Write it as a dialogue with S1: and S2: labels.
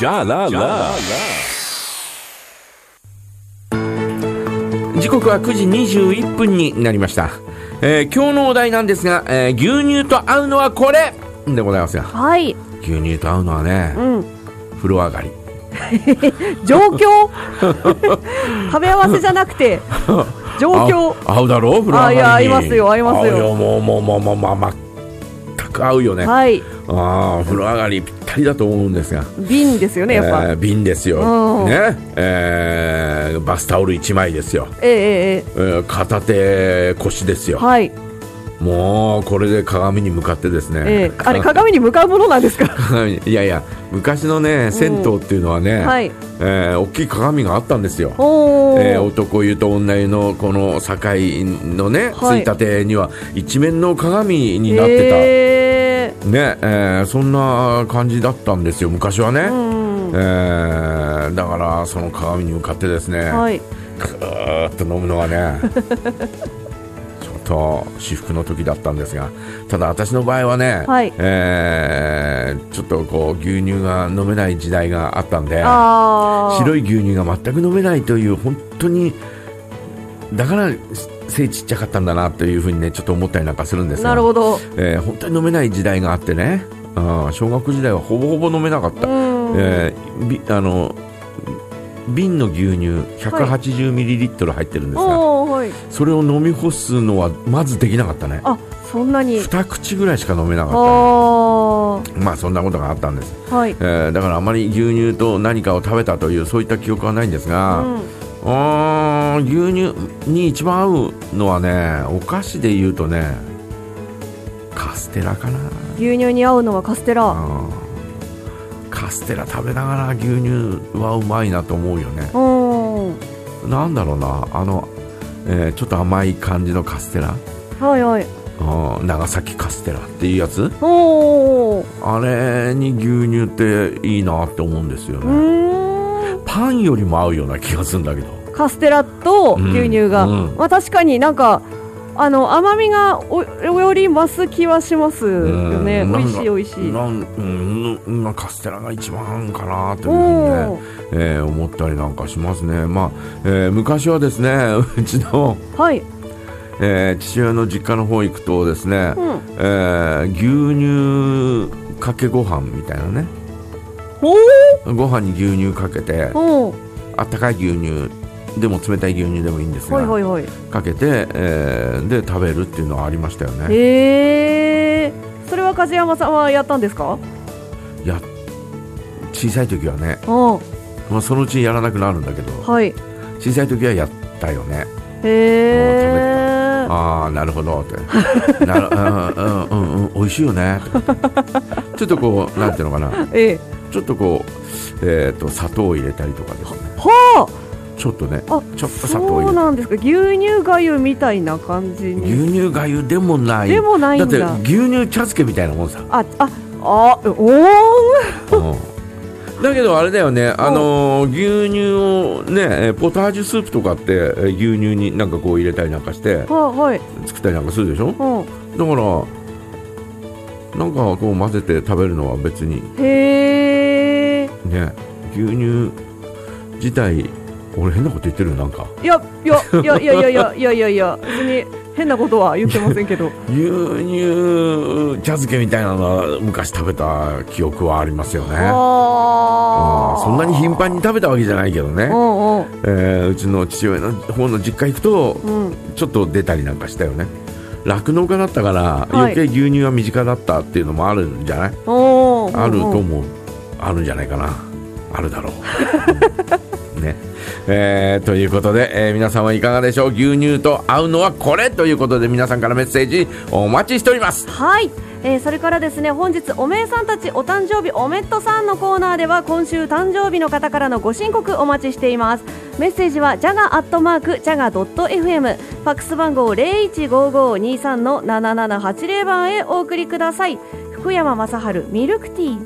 S1: Ja la la.
S2: 時刻は9時21分になりました、えー今日のお題なんですが、えー牛乳と合うのはこれでございますよ
S3: はい。
S2: 牛乳と合うのはね、
S3: うん。
S2: 風呂上がり
S3: 状況 食べ合わせじゃなく て、状況。
S2: 合う合うだろう風呂上がりに
S3: あいや合いますよ合いますよ
S2: 合うもうもうもうもうもうまあ全く合うよね、あ
S3: はい。
S2: あ風呂上がりぴったりだと思うんですが
S3: 瓶ですよね、やっぱ。
S2: えー瓶です
S3: う
S2: よ、
S3: ん
S2: ねえーバスタオル1枚ですよ、
S3: えええええ
S2: えー片手腰です
S3: え
S2: よ
S3: はい。
S2: もうこれで鏡に向かってですね、
S3: ええあれ、鏡に向かうものなんですか
S2: 鏡 いやいや昔のね銭湯っていうのはね、
S3: はい。
S2: えー大きい鏡があったんですよ、
S3: おー。
S2: えー男湯と女湯のこの境のね、
S3: はい
S2: ついたてには一面の鏡になってた、
S3: ええ
S2: ねえーそんな感じだったんですよ昔はね、
S3: うん。
S2: えーだからその鏡に向かってですね、
S3: はい。
S2: ぐーっと飲むのは ねちょっと至福の時だったんですがただ私の場合はね、
S3: はい
S2: えーちょっとこう牛乳が飲めない時代があったんで
S3: あー。
S2: 白い牛乳が全く飲めないという本当にだから背ちっちゃかったんだなというふうにねちょっと思ったりなんかするんですが
S3: なるほど。
S2: えー本当に飲めない時代があってねあー小学時代はほぼほぼ飲めなかった
S3: う、ん。
S2: えーびあの瓶の牛乳 180ml 入ってるんですが、
S3: おー、はい。
S2: それを飲み干すのはまずできなかったね
S3: あ、そんなに。
S2: 二口ぐらいしか飲めな
S3: あ
S2: かっ
S3: ー。
S2: たまあそんなことがあったんです、
S3: はい。
S2: えーだからあまり牛乳と何かを食べたというそういった記憶はないんです
S3: う
S2: が、
S3: ん。
S2: うーん牛乳に一番合うのはねお菓子で言うとねカステラかな
S3: 牛乳に合うのはカステラ。
S2: うんカステラ食べながら牛乳はうまいなと思うよね
S3: うん。
S2: なんだろうなあの、えーちょっと甘い感じのカステラ
S3: はいはい。
S2: うん長崎カステラっていうやつ
S3: おー。
S2: あれに牛乳っていいなって思うんですよ
S3: う
S2: ね
S3: ーん。
S2: パンよりも合うような気がするんだけど
S3: カステラと牛乳が、
S2: うんうん
S3: まあ、確かになんかあの甘みがおおより増す気はしますよね
S2: うん
S3: 美
S2: なん
S3: 味
S2: か
S3: しい美味しい
S2: なん、うん、なカステラが一番かなというふうに
S3: お
S2: ね、えー思ったりなんかしますねまあ、えー昔はですね うちの、
S3: ーはい、
S2: えー父親の実家の方行くとですね、
S3: うん、
S2: えー牛乳かけご飯みたいなね
S3: ほう
S2: ご飯に牛乳かけて
S3: お
S2: あったかい牛乳でも冷たい牛乳でもいいんですが、
S3: はいはいはい
S2: かけて、えーで食べるっていうのはありましたよね
S3: へえー、それは梶山さんはやったんですか
S2: いや小さい時はね、
S3: うん
S2: まあ、そのうちやらなくなるんだけど
S3: はいへ
S2: 小さい時はやったよ ね
S3: え
S2: ああなるほどって なるうんうんうんうん美味しいよね ってちょっとこうなんていうのかな
S3: ええ
S2: ちょっとこうえっ、と砂糖を入れたりとかですね
S3: は
S2: ちょっとね
S3: ああ
S2: ちょっと砂糖を入れ
S3: そう
S2: て
S3: なんですか牛乳がゆみたいな感じに
S2: 牛乳がゆでもない
S3: でもないんだ
S2: だって牛乳茶漬けみたいなもんさ
S3: あああおお
S2: うんだけどあれだよね、あのー牛乳をねえーポタージュスープとかってえー牛乳になんかこう入れたりなんかして
S3: ははい
S2: 作ったりなんかするでしょだか
S3: うん
S2: らなんかこう混ぜて食べるのは別に
S3: へえ。
S2: ね牛乳自体俺変なこと言ってるよなんか
S3: いや、いや、いや、いや、いや、いや、いや、いや、いや、別に変なことは言ってませ んけど。
S2: 牛乳茶漬けみたいなのは昔食べた記憶はありますよねうん
S3: ああ。
S2: そんなに頻繁に食べたわけじゃないけどね
S3: う、んうん
S2: えーうちの父親の方の実家行くと
S3: うん。
S2: ちょっと出たりなんかしたよね酪農家だったから、
S3: はい
S2: 余計牛乳は身近だったっていうのもあるんじゃない
S3: おー
S2: あると
S3: うん
S2: 思うあるんじゃないかなあるだろうねえーということで、えー皆さんはいかがでしょう牛乳と合うのはこれということで皆さんからメッセージお待ちしております
S3: はい、えーそれからですね本日おめえさんたちお誕生日おめっとさんのコーナーでは今週誕生日の方からのご申告お待ちしていますメッセージはジャガアットマークジャガドット FM ファックス番号零一五五二三の七七八零番へお送りください福山雅治ミルクティー